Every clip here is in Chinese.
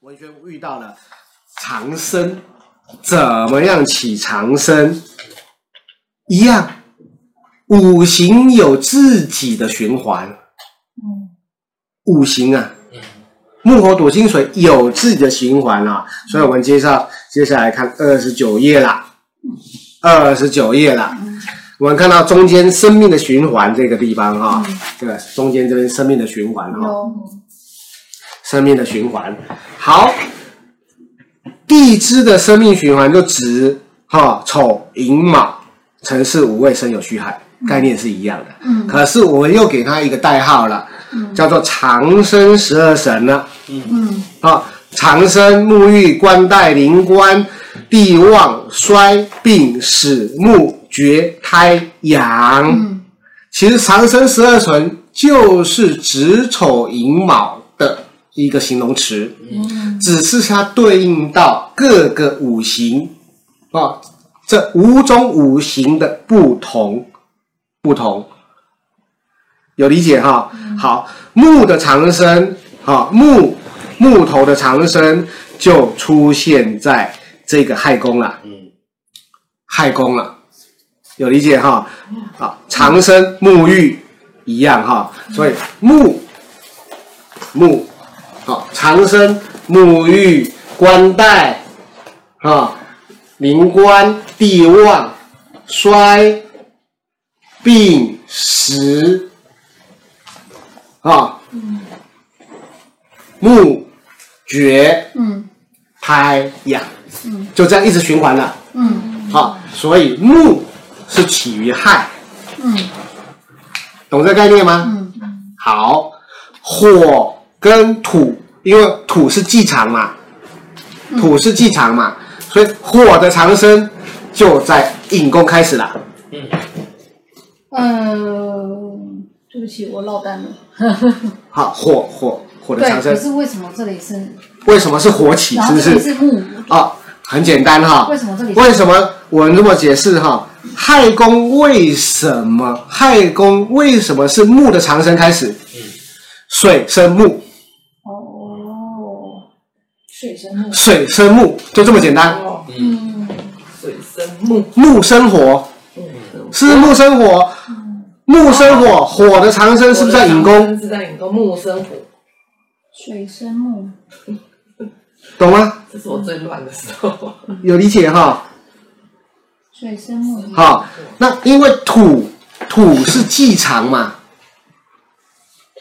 文轩遇到了长生，怎么样起长生？一样，五行有自己的循环。嗯，五行啊，木火土金水有自己的循环啊，所以我们介绍接下来看二十九页啦，二十九页啦，我们看到中间生命的循环这个地方哈、这个中间这边生命的循环哈、有生命的循环。好，地支的生命循环就指哈丑寅卯辰巳午未申酉戌亥，概念是一样的。嗯可是我们又给它一个代号了，叫做长生十二神了。嗯啊，长生、沐浴、冠带、灵官、地旺、衰、病、死、木、绝、胎、阳。嗯其实长生十二神就是子丑寅卯的一个形容词，嗯只是它对应到各个五行啊、这五种五行的不同不同，有理解哈？好，木的长生，好木木头的长生就出现在这个亥宫了，嗯亥宫了。有理解哈？啊，长生沐浴一样哈，所以沐沐好，长生沐浴冠带啊，灵官地旺衰病时啊，嗯木绝嗯胎养嗯，就这样一直循环了。嗯好，所以木是起于亥，嗯懂这概念吗？嗯好，火跟土，因为土是季常嘛，嗯土是季常嘛，所以火的长生就在引宫开始了。呃，对不起，我落单了。好，火火火的对，长可生，是为什么这里是，为什么是火起？然是后不这里是？是木？哦，很简单哈、为什么这里是？为什么我们这么解释哈？亥宫为什么亥宫为什么是木的长生开始？水生木，哦，水生木。水生木，就这么简单。嗯水生木，嗯木生火，是木生火，木生火，火的长生是不是在引宫？？是在引宫，木生火，水生木。懂吗？这是我最乱的时候。 有理解哈？水生木，好，那因为土土是季常嘛，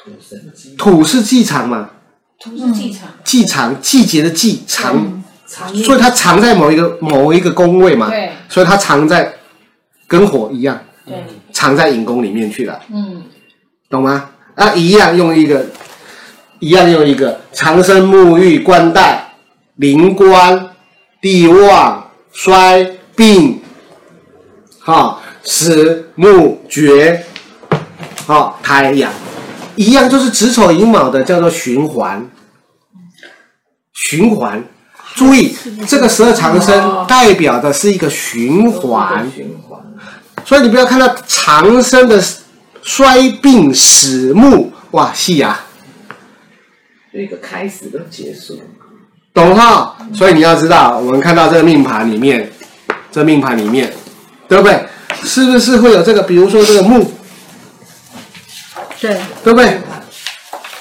土生鸡，土是季常嘛，同是气场，季常季节的季常，长所以它藏在某一个某一个宫位嘛，对所以它藏在跟火一样，对，藏在引宫里面去了。嗯，懂吗？啊，一样用一个，一样用一个长生沐浴冠带、灵官、地旺、衰病，哈、死木绝，哈、太阳，一样就是子丑寅卯的叫做循环，循环。注意，这个十二长生代表的是一个循环，循环，所以你不要看到长生的衰病死木，哇，细啊呀、就一个开始跟结束。懂哈？所以你要知道，我们看到这个命盘里面，这命盘里面，对不对？是不是会有这个？比如说这个木，对，对不对？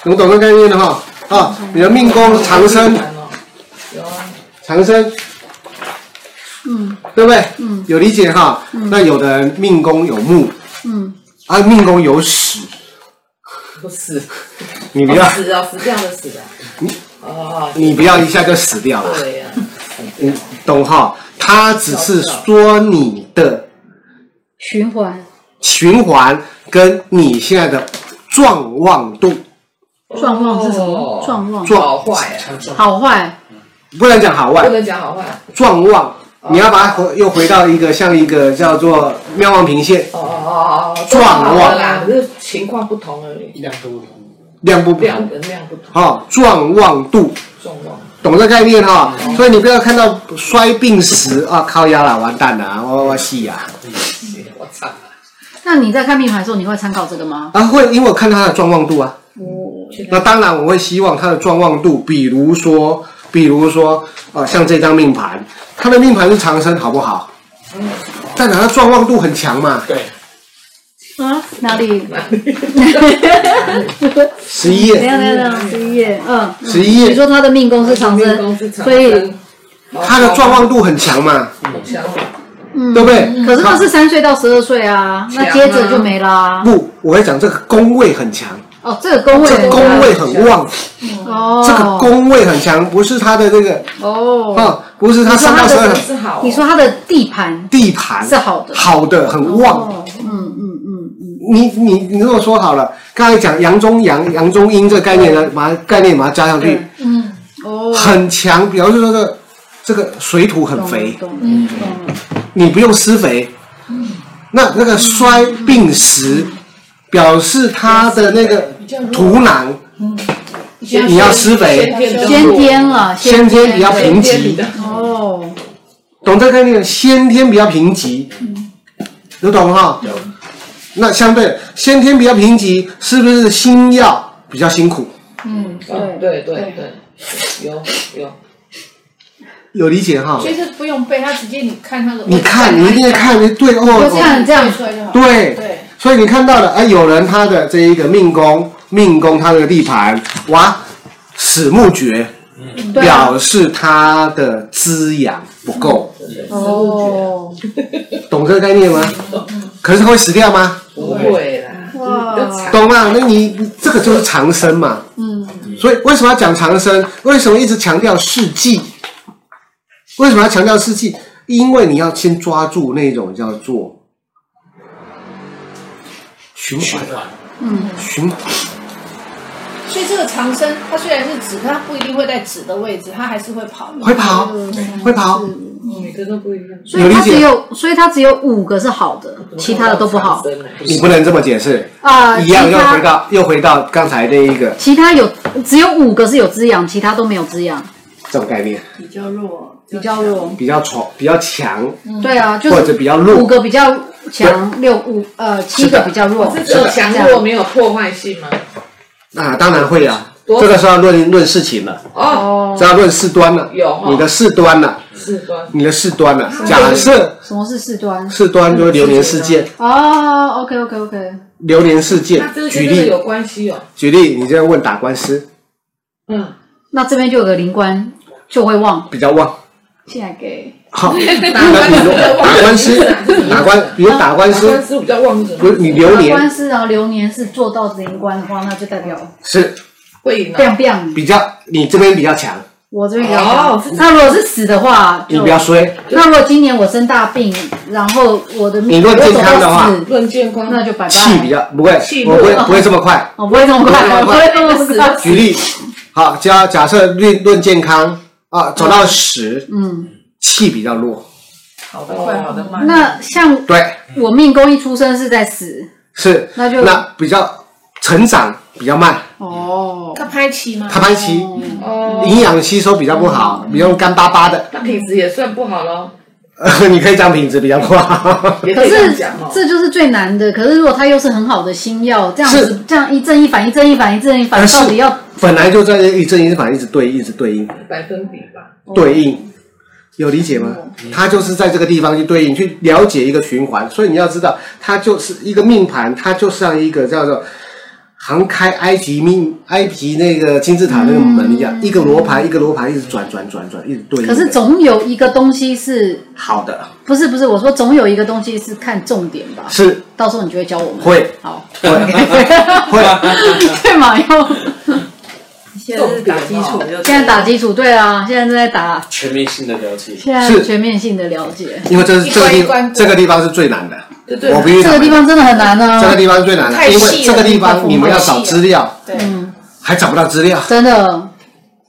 能懂这概念的哈？啊，你的命宫长生，哦有啊，长生，嗯对不对？嗯有理解哈？那有的人命宫有木，嗯啊，命宫有死，不是，你不要哦，死啊，死掉的死啊。哦，你不要一下就死掉了。对呀，你懂哈？他只是说你的循环循环跟你现在的状望度，状况是什么哦？状况状好坏啊，好坏。不能讲好不坏，能讲好坏。状望，你要把它回又回到一个像一个叫做妙望平线，哦哦哦哦，状了况啦，只是情况不同而已，量不不量跟量不同，哈，状望度，状况。懂这概念哈？所以你不要看到衰病时啊，靠腰啦，完蛋啦，我我戏呀我操！那你在看命盘的时候，你会参考这个吗？啊，会因为我看他的状望度啊。我那当然，我会希望它的状望度，比如说比如说啊、呃像这张命盘，它的命盘是长生，好不好？但它状况度很强嘛，对，啊，哪里？哪里？十一等一页，下等一下等一下，十一页，嗯，十一你页，说他的命宫是长命宫是生，长所以生，它的状况度很强嘛，很强，对不对？嗯可是那是三岁到十二岁啊，嗯强啊那接着就没啦。不，我要讲这个宫位很强，哦，这个宫嗯位这个很宫大，位很旺，哦，这个宫位很强，不是它的这个哦，啊，不是它说三他到十二的是好，你说他的地盘地盘是好的，好的很旺，哦，嗯嗯嗯嗯，你你你如果说好了，刚才讲阳中阳阳中阴这个概念呢，把它概念把它加上去，嗯，哦，很强。比方说这个这个水土很懂肥，懂嗯懂嗯了，你不用施肥，那那个衰病时，嗯表示它的那个比较弱土壤你要施肥，先天了，先天比较贫先天比瘠较，哦，懂这个概念？先天比较贫瘠，有懂哈？有那相对先天比较贫瘠，是不是星耀比较辛苦？嗯，哦对对对，有有，有理解哈？其实不用背，他直接你看他的，你看，你一定要看，你对哦，就看这样出来就好。对。对，所以你看到了，哎，有人他的这一个命宫，命宫他的地盘，哇，死木绝，对啊，表示他的滋养不够，哦，懂这个概念吗？嗯可是他会死掉吗？不会啦，哇比较长懂吗？那你你这个就是长生嘛。嗯，所以为什么要讲长生？为什么一直强调世纪？为什么要强调世纪？因为你要先抓住那种叫做循循环，环，循环。所以这个长生，它虽然是指，可它不一定会在指的位置，它还是会跑。嗯会跑，嗯会跑，每个都不一样，所以它只有，所以它只有五个是好的，嗯其他的都不好长生啊你不能这么解释。啊。一样其又他回到又回到刚才那一个其他有只有五个是有滋养，其他都没有滋养，这种概念，比较弱，比较弱。比较丑，比较强，对啊，就或者是比较五弱。个比较强，六五呃七个比较弱可。是只有强弱没有破坏性吗？啊，当然会啊，多这个是要论论事情了，哦，哦是，要论事端了。有哈嗯你的事端了，是端你的事端了。假设什么是事端？事端就是流年事件，哦，OK OK OK，流年事那件这个，举跟这个例有关系哦，举例，你这样问打官司嗯，那这边就有个灵官就会旺，比较 旺。现在给好，打那比如打官司， 打官，比如打官打官司，司比较旺是什不么？是你流打年官司，然后流年是做到灵官的话，那就代表是会赢啊 biang biang，比较，你这边比较强，我这边比较哦强。那如果是死的话，你就比较衰。那如果今年我生大病，然后我的你命如果健康的话我走到死论健康，那就拜拜。气比较不会气，我不 会弱不会这么快。我不会这么 快，我不会这么快。举例，好，假假设论论健康啊，走到十，嗯，气比较弱，好的哦快，好的慢。那像对，我命宫一出生是在死是，那就比较成长比较慢，哦，它拍齐吗？他拍期哦，营养吸收比较不嗯好，比如干巴巴的， 那品质也算不好喽，你可以讲品质比较不好， 也可以这是样讲哦。这就是最难的。可是如果它又是很好的新药，这样子这样一正一反，一正一反，一正一反，但哎是到底要本来就在这一正一反一直对应一直对应百分比吧，哦对应。有理解吗？嗯它就是在这个地方去对应，去了解一个循环。所以你要知道，它就是一个命盘，它就像一个叫做航开埃及命埃及那个金字塔那个门一样，一个罗盘一个罗盘一直转转转转，一直对应嗯可的。是总有一个东西是好的不是不是？我说总有一个东西是看重点吧。是到时候你就会教我们。会好， 会会，对嘛？要 现在是哦打基础就对了现在打基础，对啊，现在正在打，全面性的了解，现在是全面性的了解。因为这是一这个关地一关方过这个地方是最难的，对对我，必须这个地方真的很难啊，这个地方是最难的，太因为细这了个地太方缝你们要太细找了资料，对，还找不到资料。真的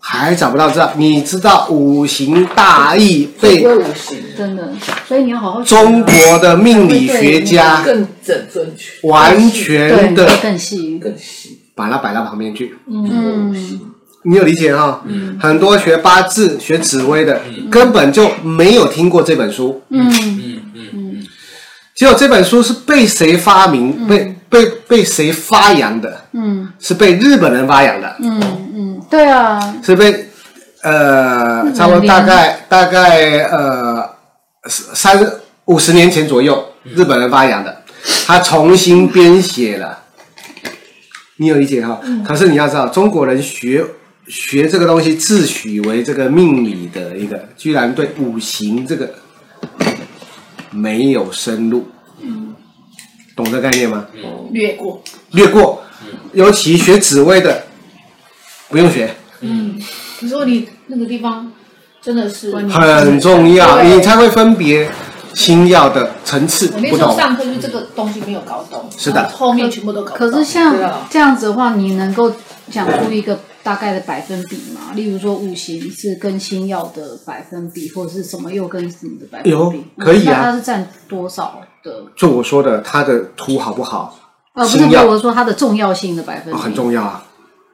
还找不到这，你知道五行大义被会五行真的，所以你要好好学啊中国的命理学家更整准确，啊完全对的会更细，更细，把它摆到旁边去，嗯，你有理解哈、很多学八字、学紫微的，根本就没有听过这本书。嗯嗯嗯，结果这本书是被谁发明、被被被谁发扬的？嗯是被日本人发扬的，嗯嗯，对啊，是被呃，差不多大概大概呃三五十年前左右，日本人发扬的，他重新编写了。你有理解哈？可是你要知道，中国人学学这个东西，自诩为这个命理的一个，居然对五行这个没有深入，懂这概念吗？略过。略过，尤其学紫薇的不用学。可是问题那个地方真的是，我很重要，对你才会分别星耀的层次那不时候同。上课就这个东西没有搞懂，是的然后后面全部都搞懂。可是像对啊这样子的话，你能够讲出一个大概的百分比吗？例如说五行是跟星耀的百分比，或者是什么又跟什么的百分比？有可以啊那它是占多少的？就我说的，它的图好不好、呃，不是，星不耀是我说它的重要性的百分比、哦很，重要啊，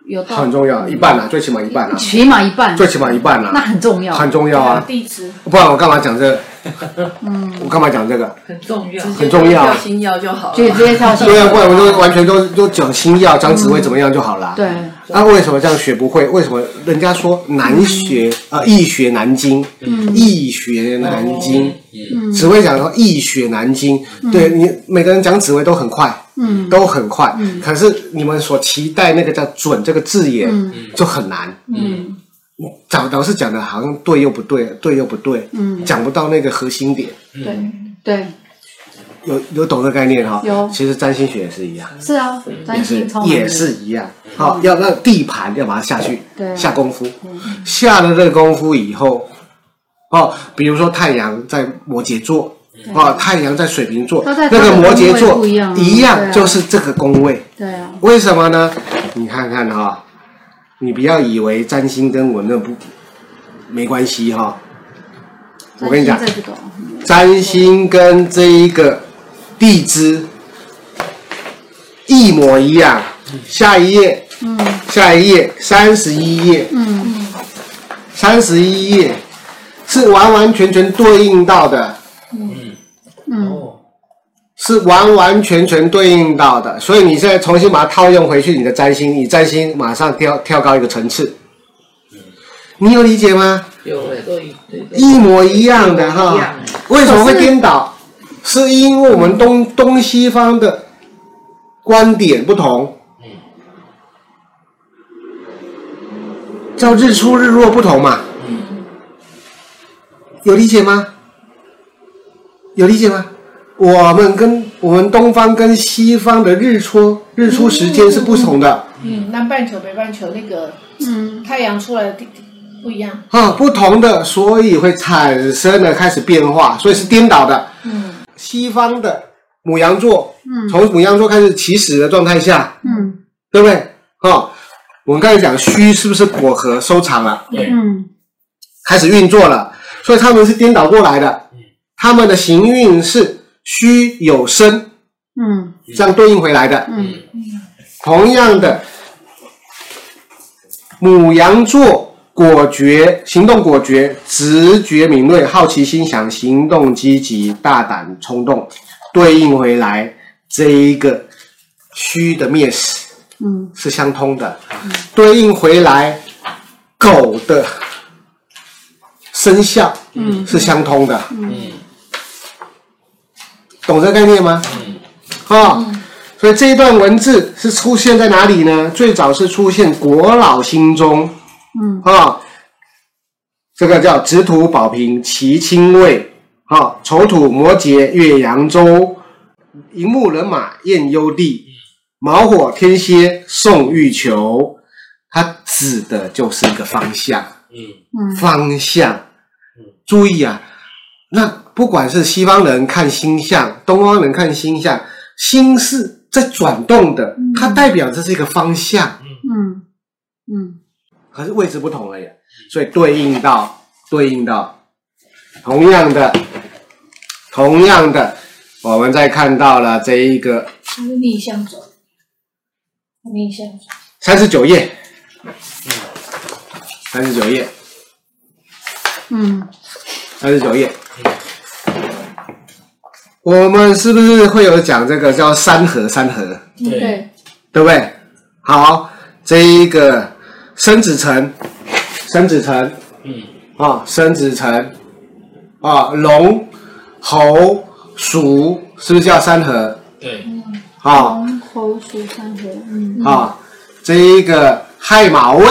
有到很重要，一半啊，最起码一半啊，起码一半，最起码一半嗯那啊，很重要，很重要啊，地址不然我干嘛讲这个？我干嘛讲这个？很重要。很重要啊要星耀就好就了。直接跳星对啊，耀。不然我就完全都都讲星耀、讲紫薇怎么样就好啦。对，那啊为什么这样学不会？为什么人家说难学嗯啊？易学难精，易学难精。嗯紫薇讲说易学难精，对你每个人讲紫薇都很快，嗯都很快。可是你们所期待那个叫“准”这个字眼嗯就很难。嗯找老师讲的好像对又不对，对又不对，嗯，讲不到那个核心点。对，对，有有懂这个概念哈？有其实占星学也是一样。是啊，也占是星超也是一样，好、要让地盘要把它下去，嗯对嗯下功夫，下了这个功夫以后，哦，比如说太阳在摩羯座，哦，太阳在水瓶座，它在那个摩羯它的宫位座不一样啊对啊就是这个宫位，对啊，为什么呢？你看看哈、你不要以为占星跟我那不没关系哈、我跟你讲占星这个占星跟这一个地支一模一样。下一页，嗯下一页，三十一页，嗯三十一页是完完全全对应到的，嗯，哦，是完完全全对应到的。所以你现在重新把它套用回去，你的占星，你占星马上跳跳高一个层次。你有理解吗？有哎，都一对对一模一样的一模一哈样。为什么会颠倒？是因为我们东东西方的观点不同，叫日出日落不同嘛。有理解吗？有理解吗？我们跟我们东方跟西方的日出日出时间是不同的嗯，南半球、北半球那个嗯太阳出来的地地不一样，嗯啊，不同的，所以会产生了开始变化，所以是颠倒的。嗯，西方的母羊座，嗯从母羊座开始起始的状态下，嗯对不对？哦，我们刚才讲虚是不是果核收藏了，嗯开始运作了，所以他们是颠倒过来的，他们的行运是虚有生，嗯这样对应回来的。嗯同样的，母羊座果决，行动果决，直觉敏锐，好奇心强，行动积极，大胆冲动，对应回来这一个虚的灭死嗯，是相通的，对应回来狗的生肖嗯是相通的，嗯懂这个概念吗？嗯哦，所以这一段文字是出现在哪里呢？最早是出现国老心中，嗯啊、这个叫直土保平其亲位，啊、丑土摩羯越扬州，寅木人马燕幽地，卯火天蝎送欲求，它指的就是一个方向。嗯嗯方向。注意啊，那不管是西方人看星象，东方人看星象，星是在转动的，它代表这是一个方向，嗯嗯可是位置不同了耶，所以对应到对应到同样的同样的，我们再看到了这一个它是逆向走，逆向走。三十九页，三十九页，嗯三十九页。嗯我们是不是会有讲这个叫三合三合，对对，对不对？好，这一个申子辰，申子辰，嗯，啊，申子辰，啊，龙、猴、鼠，是不是叫三合？对，嗯啊龙猴鼠三合，嗯，啊，这一个亥马未，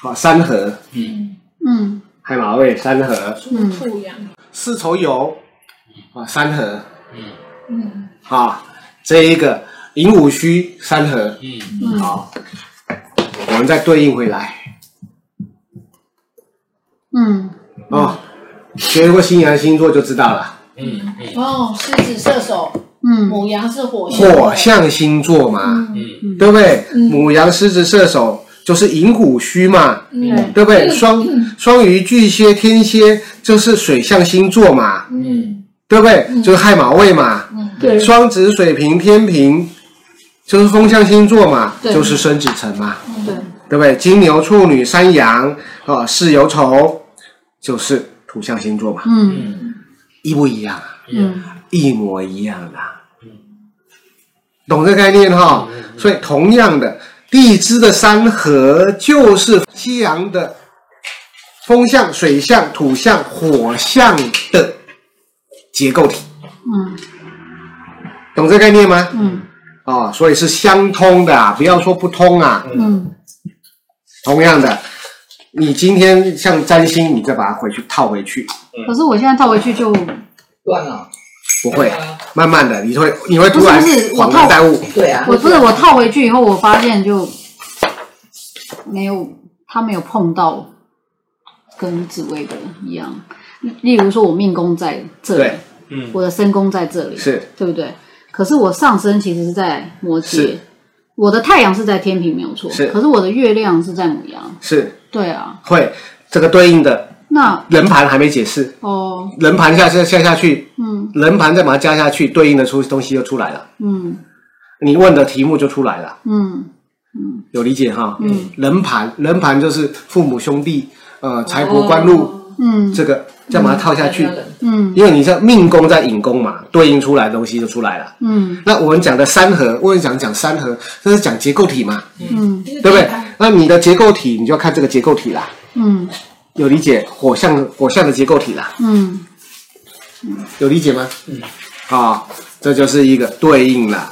啊，三合，嗯，嗯亥马未三合，嗯兔羊，四丑酉，啊，三合，嗯嗯，啊，这一个寅午戌三合，嗯，嗯，好，我们再对应回来。嗯哦，学过新阳星座就知道了，嗯，嗯，哦，狮子、射手、嗯母羊是火象，火象星座嘛，嗯，对不对？母羊、狮子、射手就是寅虎戌嘛，嗯，对不对？双双鱼、巨蟹、天蝎就是水象星座嘛，嗯，对不对？就是亥马未嘛，对，双子、水瓶、天平就是风象星座嘛，对就是申子辰嘛，嗯对，对不对？金牛、处女、山羊啊、是由丑就是土象星座嘛，嗯一不一样啊？嗯一模一样的，啊懂这概念哈？所以同样的，地支的三合就是西洋的风象、水象、土象、火象的结构体，嗯懂这概念吗？嗯哦，所以是相通的啊，不要说不通啊。嗯同样的，你今天像占星，你再把它回去套回去，可是我现在套回去就乱了，不会，啊慢慢的，你会你会突然不是不是我恍然套大悟。对啊，我不是我套回去以后，我发现就没有他没有碰到跟紫薇的一样。例如说，我命宫在这里对，嗯，我的身宫在这里，是对不对？可是我上升其实是在摩羯是，我的太阳是在天平，没有错。是可是我的月亮是在母羊，是对啊。会这个对应的那人盘还没解释，哦，人盘下下下下去，嗯人盘再把它加下去，对应的出东西就出来了，嗯你问的题目就出来了，嗯有理解哈？嗯，哦人盘人盘就是父母兄弟，呃，财帛官禄、嗯这个再把它套下去，嗯因为你像命宫在引宫嘛，对应出来的东西就出来了。嗯那我们讲的三合，我们讲讲三合，这是讲结构体嘛，嗯对不对？那你的结构体，你就要看这个结构体啦，嗯有理解火象火象的结构体啦。嗯有理解吗？嗯，啊、这就是一个对应了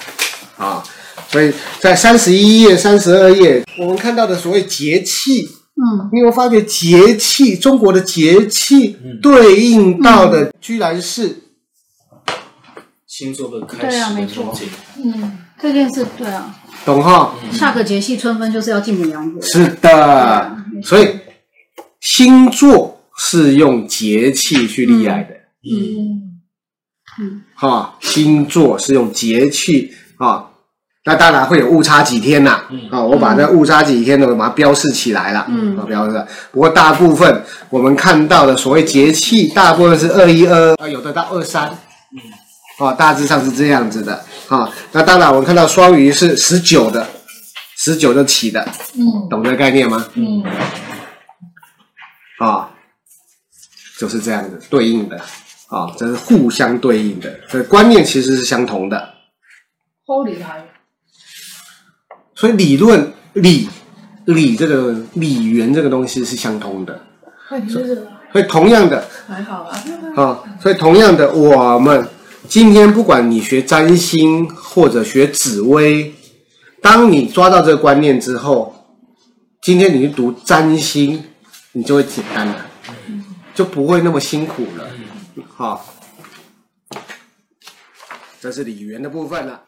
啊、所以在三十一页、三十二页，我们看到的所谓节气，嗯你有没有发觉节气中国的节气对应到的居然是星座的开对始啊没的错梦境，嗯，这件事对啊。懂哈？下个节气春分就是要进母羊座。是的，所以星座是用节气去立来的。嗯，哈、星座是用节气啊、那当然会有误差几天啦、嗯啊、我把那误差几天呢，我把它标示起来了，嗯啊，标示了。不过大部分我们看到的所谓节气，大部分是二一二，啊，有的到二三，嗯，啊，大致上是这样子的啊、那当然，我们看到双鱼是十九的，十九就起的，嗯懂这个概念吗？嗯啊、就是这样子对应的啊、这是互相对应的，这观念其实是相同的。 ，Holy 来，所以理论理理这个理源这个东西是相通的，哎，你就是所以同样的还好啊，啊，所以同样的，我们今天不管你学占星或者学紫微，当你抓到这个观念之后，今天你去读占星，你就会简单了，就不会那么辛苦了，好、这是理源的部分了。